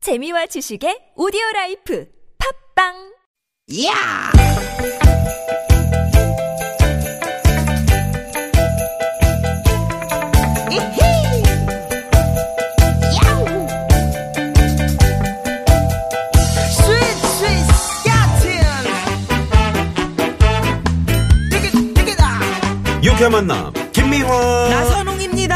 재미와 지식의 오디오 라이프 팝빵 야! 이히! 야우! 스윗, 스윗, 스캇틴! 디귿, 디귿아! 유쾌한 만남 김미화 나선홍입니다.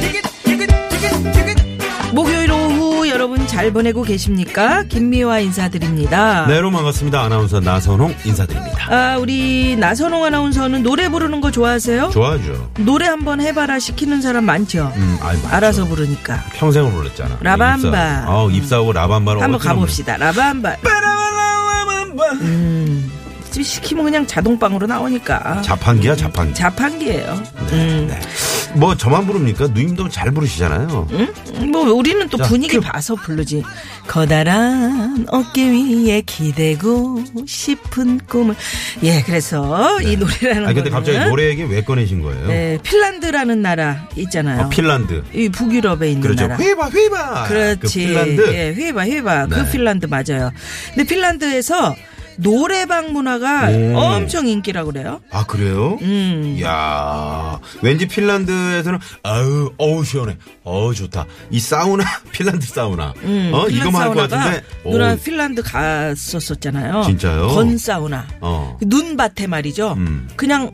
디귿, 디귿, 디귿, 디귿! 목요일 오후 여러분 잘 보내고 계십니까? 김미화 인사드립니다. 네로 반갑습니다 아나운서 나선홍 인사드립니다 아, 우리 나선홍 아나운서는 노래 부르는 거 좋아하세요? 좋아하죠 노래 한번 해봐라 시키는 사람 많죠? 음, 아이, 맞죠. 알아서 부르니까. 평생을 불렀잖아 네, 라밤바. 입사. 어, 입사하고 라밤바로 한번 가봅시다. 라밤바. 음, 지금 시키면 그냥 자동빵으로 나오니까. 자판기야 자판기 자판기예요. 음. 네. 뭐 저만 부릅니까 누님도 잘 부르시잖아요 음, 뭐 우리는 또 자, 분위기 큐. 봐서 부르지. 커다란 어깨 위에 기대고 싶은 꿈을. 예, 그래서 이 노래라는 아 근데 거는 갑자기 노래 얘기 왜 꺼내신 거예요 네, 핀란드라는 나라 있잖아요. 어, 핀란드 이 북유럽에 있는 그렇죠 나라. 휘바 휘바 그렇지. 그 핀란드 예, 휘바 휘바. 네. 그 핀란드 맞아요. 근데 핀란드에서 노래방 문화가 오. 엄청 인기라고 그래요. 아 그래요 음. 야 왠지 핀란드에서는 아우 어우 시원해 어우 좋다 이 사우나 핀란드 사우나 음, 어 핀란드 이거만 할 것 사우나가 같은데 누나 어우, 핀란드 갔었었잖아요. 진짜요? 건 사우나. 어. 그 눈밭에 말이죠. 음. 그냥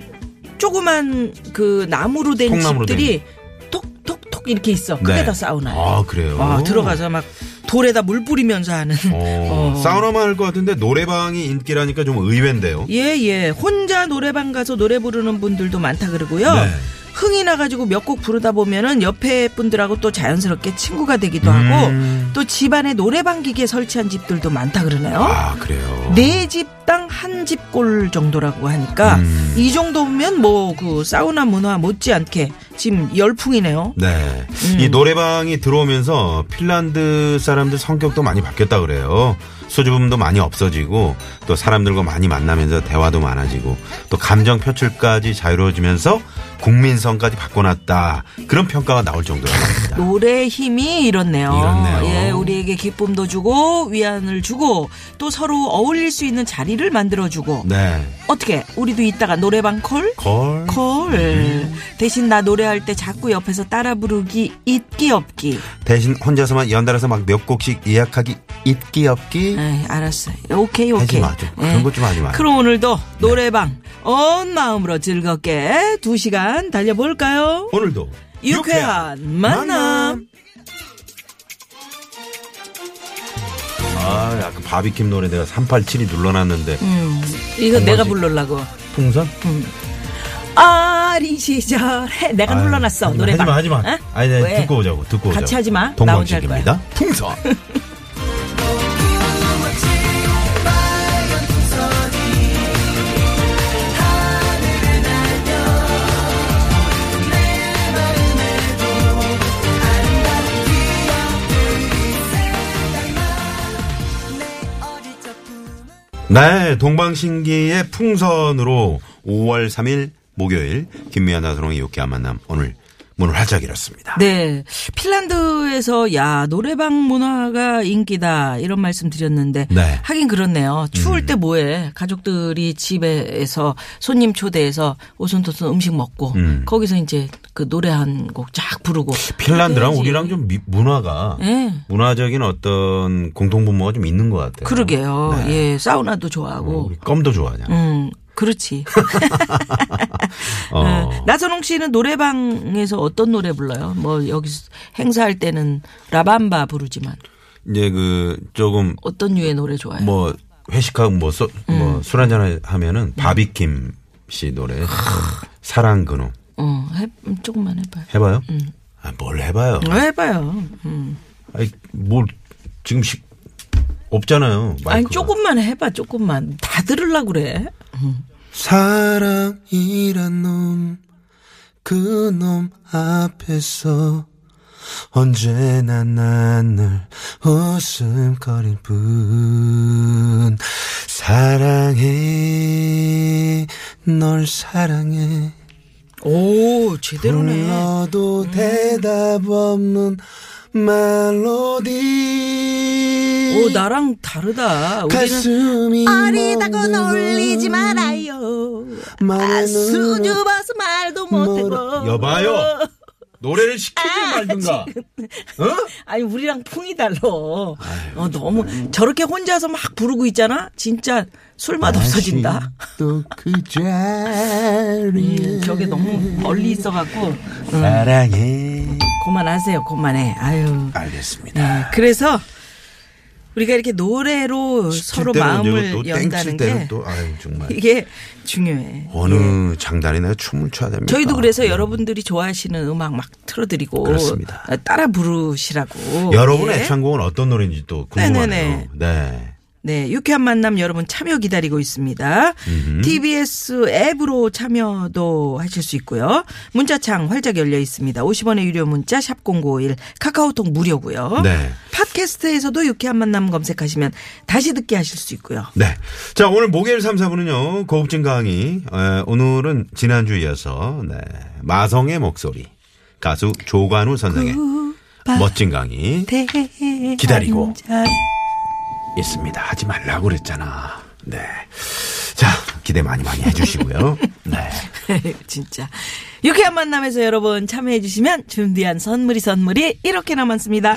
조그만 그 나무로 된 통나무로 집들이 톡톡톡 이렇게 있어. 그게 네. 다 사우나예요. 아 그래요 와, 들어가서 막 돌에다 물 뿌리면서 하는. 어, 어. 사우나만 할 것 같은데 노래방이 인기라니까 좀 의외인데요 예, 예. 혼자 노래방 가서 노래 부르는 분들도 많다 그러고요. 네. 흥이 나가지고 몇 곡 부르다 보면은 옆에 분들하고 또 자연스럽게 친구가 되기도 음. 하고 또 집안에 노래방 기계 설치한 집들도 많다 그러네요. 아 그래요 어? 네 집당 한 집골 정도라고 하니까 음. 이 정도면 뭐 그 사우나 문화 못지않게 지금 열풍이네요. 네. 음. 이 노래방이 들어오면서 핀란드 사람들 성격도 많이 바뀌었다 그래요. 수줍음도 많이 없어지고 또 사람들과 많이 만나면서 대화도 많아지고 또 감정 표출까지 자유로워지면서 국민성까지 바꿔놨다. 그런 평가가 나올 정도라고 합니다. 노래 힘이 이렇네요. 이렇네요. 예, 우리에게 기쁨도 주고 위안을 주고 또 서로 어울릴 수 있는 자리를 만들어 주고 네. 어떻게 우리도 이따가 노래방 콜? 걸. 콜. 대신 나 노래할 때 자꾸 옆에서 따라 부르기 있기 없기. 대신 혼자서만 연달아서 막 몇 곡씩 예약하기 있기 없기. 에이, 예, 알았어. 오케이, 하지 오케이. 마, 좀. 그런 예. 것좀 하지 네. 마. 그럼 오늘도 노래방 온 마음으로 즐겁게 두 시간 달려볼까요? 오늘도 유쾌한 만남. 아, 약간 바비킴 노래 내가 387이 눌러놨는데 음, 이거 건반지. 내가 불러려고. 풍선? 어린 시절에 내가 아유, 불러놨어 하지마, 노래방. 하지마, 하지마. 어? 아니, 아니, 왜? 듣고 오자고, 듣고 오자고. 같이 하지 마. 나 혼자 할 동방식입니다. 풍선. 네, 동방신기의 풍선으로 5월 3일 목요일 김미아 나선홍의 유쾌한 만남 오늘 문을 활짝 열었습니다. 네. 핀란드에서 야, 노래방 문화가 인기다. 이런 말씀 드렸는데 네. 음. 하긴 그렇네요. 추울 때 뭐해? 가족들이 집에서 손님 초대해서 오손도손 음식 먹고 음. 거기서 이제 그 노래 한 곡 쫙 부르고 핀란드랑 그래야지. 우리랑 좀 미- 문화가 예. 문화적인 어떤 공통분모가 좀 있는 것 같아요. 어, 그러게요. 예. 사우나도 좋아하고. 네. 우리 껌도 좋아하냐. 음. 그렇지. 어. 예. 나선홍 씨는 노래방에서 어떤 노래 불러요? 뭐 여기서 행사할 때는 라밤바 부르지만 이제 그 조금 어떤 류의 노래 좋아해요? 뭐 회식하고 뭐술 음. 한잔 하면은 바비킴 씨 노래 그 사랑 그놈 어, 해, 음, 조금만 해봐요. 해봐요. 음. 아, 뭘 해봐요. 어, 해봐요. 음. 아니, 뭘 지금 시, 없잖아요. 마이크가. 아니 조금만 해봐 조금만 다 들으려고 그래. 사랑이란 놈, 그 놈 앞에서 언제나 난널 웃음거릴 뿐. 사랑해, 널 사랑해. 오, 제대로네. 음. 불러도 대답 없는 멜로디 오, 나랑 다르다. 우리는 가슴이 아리다고 멍들고 놀리지 말아요. 마음은 아, 수줍어서 말도 못하고. 여봐요. 노래를 시키지 아, 말든가. 아니 우리랑 풍이 달라. 어, 너무 저렇게 혼자서 막 부르고 있잖아. 진짜 술맛 없어진다. 또그 자리에 음, 저게 너무 멀리 있어갖고 음, 사랑해 그만하세요. 그만해. 아유. 알겠습니다. 네, 그래서 우리가 이렇게 노래로 시킬 서로 때는 이거 마음을 또 땡칠 연다는 때는 게 또 아유 정말 이게 중요해. 어느 장단이나 춤을 춰야 됩니까? 저희도 그래서 여러분들이 좋아하시는 음악 막 틀어드리고 그렇습니다. 따라 부르시라고. 여러분 예. 의 애창곡은 어떤 노래인지 또 궁금하네요. 네네네. 네. 네, 유쾌한 만남 여러분 참여 기다리고 있습니다. TBS 앱으로 참여도 하실 수 있고요. 문자창 활짝 열려 있습니다. 50원의 유료 문자 샵 #0951 카카오톡 무료고요. 네. 팟캐스트에서도 유쾌한 만남 검색하시면 다시 듣게 하실 수 있고요. 네. 자, 오늘 목요일 3, 4분은요, 고급진 강의. 에, 오늘은 지난주에 이어서, 네. 마성의 목소리. 가수 조관우 선생의 멋진 강의 기다리고. 있습니다. 하지 말라고 그랬잖아. 네. 자, 기대 많이 많이 해주시고요. 네. 진짜 유쾌한 만남에서 여러분 참여해 주시면 준비한 선물이 선물이 이렇게 남았습니다.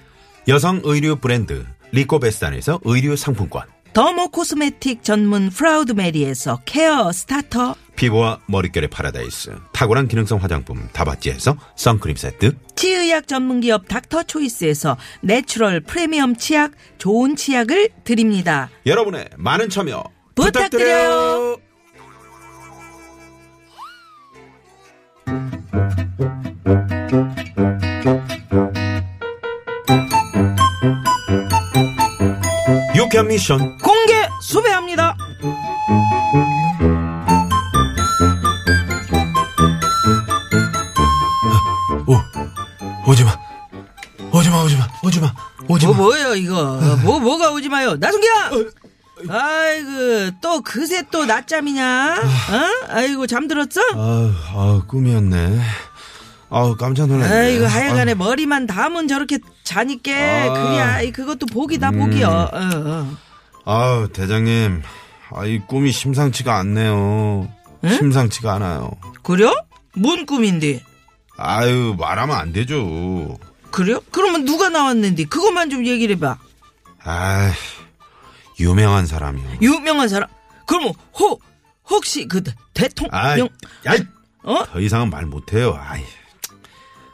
여성 의류 브랜드 리코베스탄에서 의류 상품권 더모 코스메틱 전문 프라우드 메리에서 케어 스타터 피부와 머릿결의 파라다이스 탁월한 기능성 화장품 다바찌에서 선크림 세트 치의학 전문기업 닥터 초이스에서 내추럴 프리미엄 치약 좋은 치약을 드립니다. 여러분의 많은 참여 부탁드려요. 부탁드려요 유쾌한 미션 공개 수배합니다. 오지마 오지마 오지마 오지마 오지마 뭐 뭐예요 이거 뭐 뭐가 오지 마요 나순기야 아이고 또 그새 또 낮잠이냐 어 아이고 잠들었어 아우, 아우, 꿈이었네. 아우, 깜짝 놀랐네. 아이고 하여간에 머리만 담은 저렇게 자니까 그게 아이 그것도 복이다 복이요 어, 어. 아우, 대장님. 아, 이 꿈이 심상치가 않네요. 심상치가 않아요. 그래요 뭔 꿈인데 아유, 말하면 안 되죠. 그래요 그러면 누가 나왔는데 그것만 좀 얘기를 해봐 아 유명한 사람이요. 유명한 사람 그럼 혹 혹시 그 아이, 대통령 야이, 어? 더 이상은 말 못해요. 아이.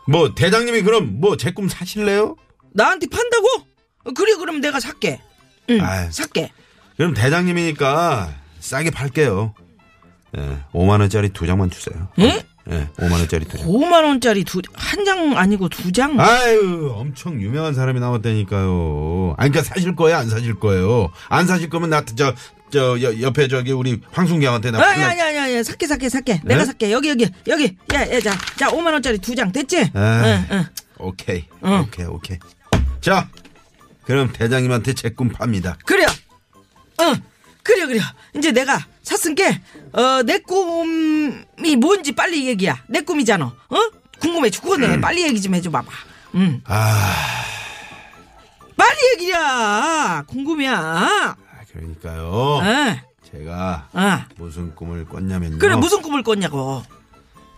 뭐, 대장님이 그럼 뭐, 제 꿈 사실래요? 나한테 판다고 그래 그럼 내가 살게 응 아이. 살게 그럼 대장님이니까 싸게 팔게요. 예, 5만원짜리 두 장만 주세요. 응? 예, 5만원짜리 두 장. 5만 원짜리 한 장 아니고 두 장? 아유, 엄청 유명한 사람이 나왔다니까요. 아니, 그러니까 사실 거예요, 안 사실 거예요. 안 사실 거면 나, 저, 저, 여- 옆에 저기 우리 황순경한테 나. 네? 아, 니 큰일 아니 아니 아니 삭게 삭게 삭게 내가 삭게 여기 여기 여기 야야자 자 5만 원짜리 두 장 됐지? 아. 응, 응. 오케이, 어. 오케이, 오케이. 자, 그럼 대장님한테 제 꿈 팝니다. 그래 응 그래 그래 이제 내가 샀은게 어, 내 꿈이 뭔지 빨리 얘기야 내 꿈이잖아 어 궁금해 죽겠네 빨리 얘기 좀 해줘 봐봐 응 빨리 얘기야 궁금이야 어, 아, 그러니까요. 응 제가 응. 무슨 꿈을 꿨냐면요. 어. 어. 그래 무슨 꿈을 꿨냐고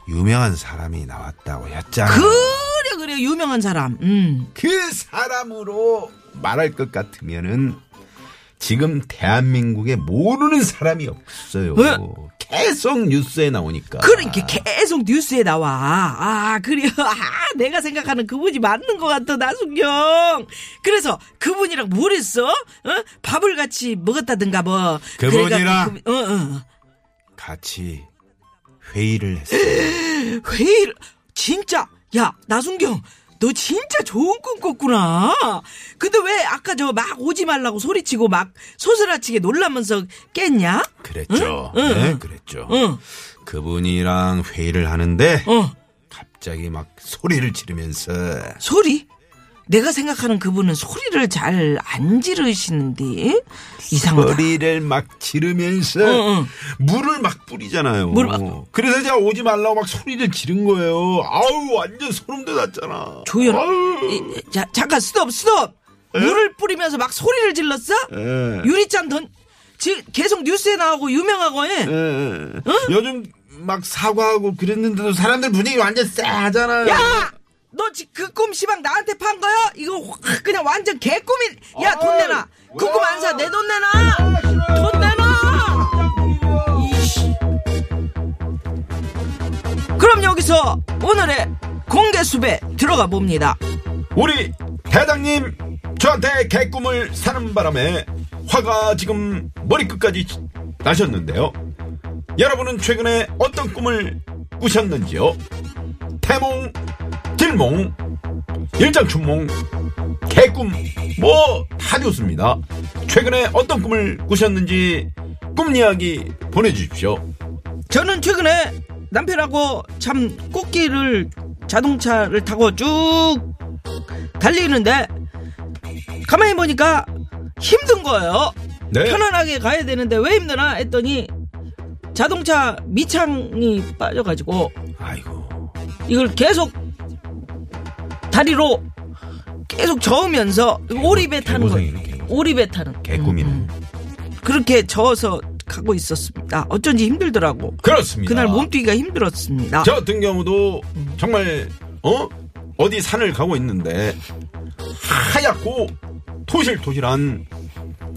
유명한 사람이 나왔다고 했잖아요. 그래 그래 유명한 사람 음. 그 사람으로 말할 것 같으면은 지금 대한민국에 모르는 사람이 없어요. 왜? 계속 뉴스에 나오니까. 그러니까 계속 뉴스에 나와. 아, 그래요. 아, 내가 생각하는 그분이 맞는 것 같아, 나순경. 그래서 그분이랑 뭘 했어? 어? 밥을 같이 먹었다든가 뭐. 그분이랑? 그래가- 그- 어, 어. 같이 회의를 했어요. 회의를 진짜 야 나순경 너 진짜 좋은 꿈 꿨구나. 근데 왜 아까 저 막 오지 말라고 소리치고 막 소스라치게 놀라면서 깼냐? 그랬죠. 응, 응, 네, 응. 그랬죠. 응. 그분이랑 회의를 하는데 어 갑자기 막 소리를 지르면서 소리? 내가 생각하는 그분은 소리를 잘 안 지르시는데 뭐 이상하다. 소리를 막 지르면서 응, 응. 물을 막 뿌리잖아요. 물을 막- 그래서 제가 오지 말라고 막 소리를 지른 거예요. 아우 완전 소름 돋았잖아. 조연. 아우. 이- 자 잠깐 스톱 스톱. 물을 뿌리면서 막 소리를 질렀어? 예. 유리잔 던. 지, 계속 뉴스에 나오고 유명하고 예, 해. 예. 요즘 막 사과하고 그랬는데도 사람들 분위기 완전 쎄하잖아요. 야! 너 그 꿈 시방 나한테 판 거야? 이거 확 그냥 완전 개꿈이 야 돈 아이, 내놔 그 꿈 뭐야. 아, 안 사 내 돈 내놔 돈 내놔 이씨. 그럼 여기서 오늘의 공개 수배 들어가 봅니다 우리 대장님 저한테 개꿈을 사는 바람에 화가 지금 머리끝까지 나셨는데요. 여러분은 최근에 어떤 꿈을 꾸셨는지요? 태몽, 길몽, 일장춘몽, 개꿈 뭐 다 좋습니다. 최근에 어떤 꿈을 꾸셨는지 꿈 이야기 보내주십시오. 저는 최근에 남편하고 참 꽃길을 자동차를 타고 쭉 달리는데 가만히 보니까 힘든 거예요. 네. 편안하게 가야 되는데 왜 힘드나 했더니 자동차 미창이 빠져가지고 아이고. 이걸 계속 다리로 계속 저으면서 오리배 타는 거예요. 어, 개고생이네, 개고생. 오리배 타는 개꿈이네. 음, 그렇게 저어서 가고 있었습니다. 어쩐지 힘들더라고. 그렇습니다. 그날 몸뛰기가 음. 힘들었습니다. 아. 저 같은 경우도 정말 어 어디 산을 가고 있는데 하얗고 토실토실한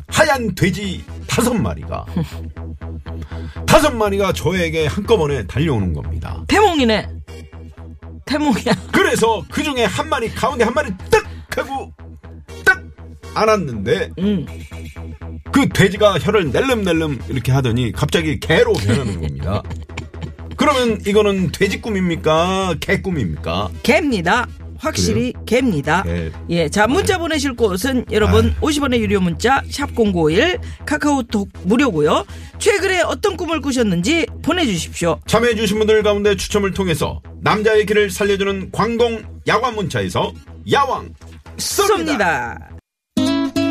하얀 돼지 다섯 마리가 다섯 마리가 저에게 한꺼번에 달려오는 겁니다. 태몽이네. 태몽이야. 그래서 그 중에 한 마리 가운데 한 마리 딱 하고 딱 안았는데 응. 그 돼지가 혀를 낼름낼름 이렇게 하더니 갑자기 개로 변하는 겁니다. 그러면 이거는 돼지 꿈입니까? 개 꿈입니까? 개입니다. 확실히 개입니다. 개. 예, 자 네. 문자 보내실 곳은 아. 여러분 50원의 유료 문자 샵 #051 카카오톡 무료고요. 최근에 어떤 꿈을 꾸셨는지 보내주십시오. 참여해주신 분들 가운데 추첨을 통해서 남자의 길을 살려주는 광동 야광 문자에서 야왕 쏩니다. 쏩니다.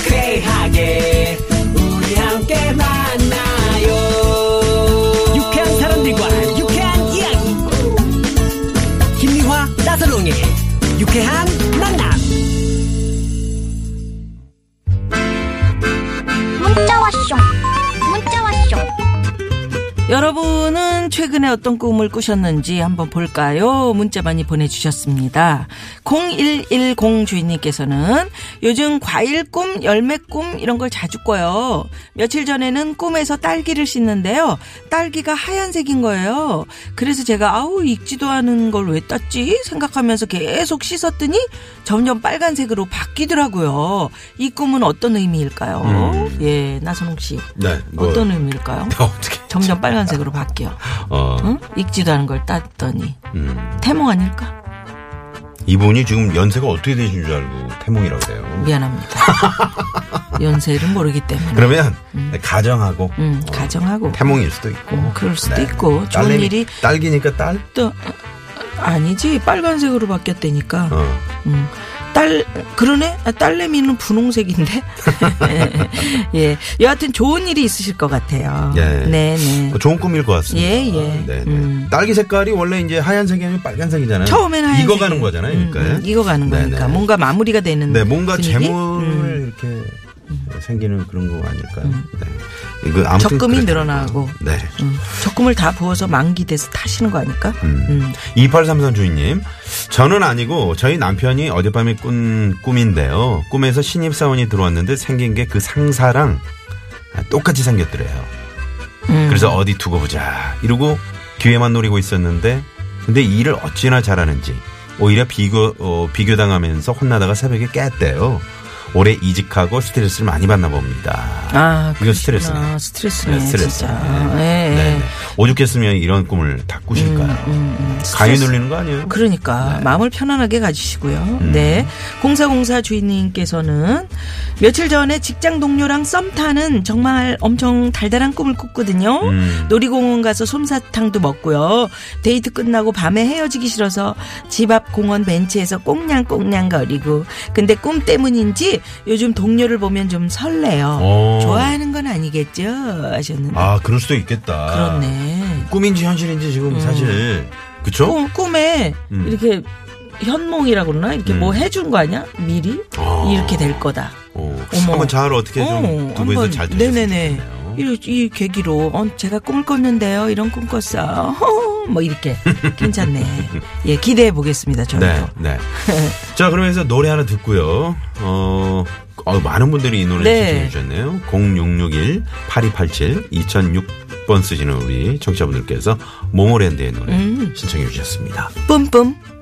유쾌하게 우리 함께 만나요 유쾌한 사람들과 유쾌한 이야기 김미화 나서롱의 유쾌한 만남 문자 왔쇼 문자 왔쇼 여러분은 최근에 어떤 꿈을 꾸셨는지 한번 볼까요? 문자 많이 보내주셨습니다. 0110 주인님께서는 요즘 과일 꿈, 열매 꿈 이런 걸 자주 꿔요. 며칠 전에는 꿈에서 딸기를 씻는데요. 딸기가 하얀색인 거예요. 그래서 제가 아우 익지도 않은 걸 왜 땄지 생각하면서 계속 씻었더니 점점 빨간색으로 바뀌더라고요. 이 꿈은 어떤 의미일까요? 예, 나선홍 씨. 네, 뭐, 어떤 의미일까요? 어떻게? 점점 빨간색으로 바뀌어. 어, 응? 익지도 않은 걸 땄더니 음. 태몽 아닐까? 이분이 지금 연세가 어떻게 되신 줄 알고 태몽이라고 그래요. 미안합니다. 연세를 모르기 때문에. 그러면 가정하고 어, 음, 가정하고 태몽일 수도 있고. 음, 그럴 수도 네. 있고 좋은 딸내미- 일이 딸기니까 딸. 또 어, 아니지 빨간색으로 바뀌었다니까. 어. 음, 딸 그러네 아, 딸내미는 분홍색인데. 예, 여하튼 좋은 일이 있으실 것 같아요. 예. 네, 네. 어, 좋은 꿈일 것 같습니다. 예, 예. 네, 네. 음. 딸기 색깔이 원래 이제 하얀색이 아니면 빨간색이잖아요. 처음엔 하얀색 익어가는 거잖아요. 그러니까. 익어가는 네, 거니까 네. 뭔가 마무리가 되는. 네, 뭔가 분위기? 재물 음. 이렇게 생기는 그런 거 아닐까요? 네. 이거 아무튼 적금이 그렇- 늘어나고. 네. 음, 적금을 다 부어서 만기돼서 타시는 거 아닐까? 음. 2833 주인님. 저는 아니고 저희 남편이 어젯밤에 꾼 꿈인데요. 꿈에서 신입사원이 들어왔는데 생긴 게 그 상사랑 똑같이 생겼더래요. 음. 그래서 어디 두고 보자 이러고 기회만 노리고 있었는데 근데 이 일을 어찌나 잘하는지 오히려 비교 어, 비교당하면서 혼나다가 새벽에 깼대요. 올해 이직하고 스트레스를 많이 받나 봅니다. 아, 이거 그러시구나. 스트레스네. 스트레스네, 진짜. 네. 예, 예. 네. 오죽했으면 이런 꿈을 다 꾸실까요? 가위 음, 스트레스. 눌리는 거 아니에요? 그러니까 마음을 편안하게 가지시고요. 네. 공사공사 주인님께서는 며칠 전에 직장 동료랑 썸 타는 정말 엄청 달달한 꿈을 꿨거든요. 음. 놀이공원 가서 솜사탕도 먹고요. 데이트 끝나고 밤에 헤어지기 싫어서 집 앞 공원 벤치에서 꽁냥꽁냥 거리고 근데 꿈 때문인지 요즘 동료를 보면 좀 설레요. 오. 좋아하는 건 아니겠죠? 하셨는데. 어. 아, 그럴 수도 있겠다. 그렇네. 어, 꿈인지 현실인지 지금 사실 그쵸? 꿈, 꿈에 음. 이렇게 현몽이라고 그러나 이렇게 뭐 해준 거 아니야 미리 아. 이렇게 될 거다. 어. 어머. 한번 잘 어떻게 좀 어, 두고에서 한번. 잘 되셨으면 네네네. 좋겠네요. 이, 이 계기로 어, 제가 꿈을 꿨는데요 이런 꿈 꿨어. 뭐 이렇게 괜찮네. 예 기대해 보겠습니다 저희도. 네, 네. 자, 그러면서 노래 하나 듣고요. 어, 어, 많은 분들이 이 노래 네. 신청해 주셨네요. 0661 8287 음. 2006번 쓰시는 우리 청취자분들께서 모모랜드의 노래 신청해 주셨습니다. 뿜뿜.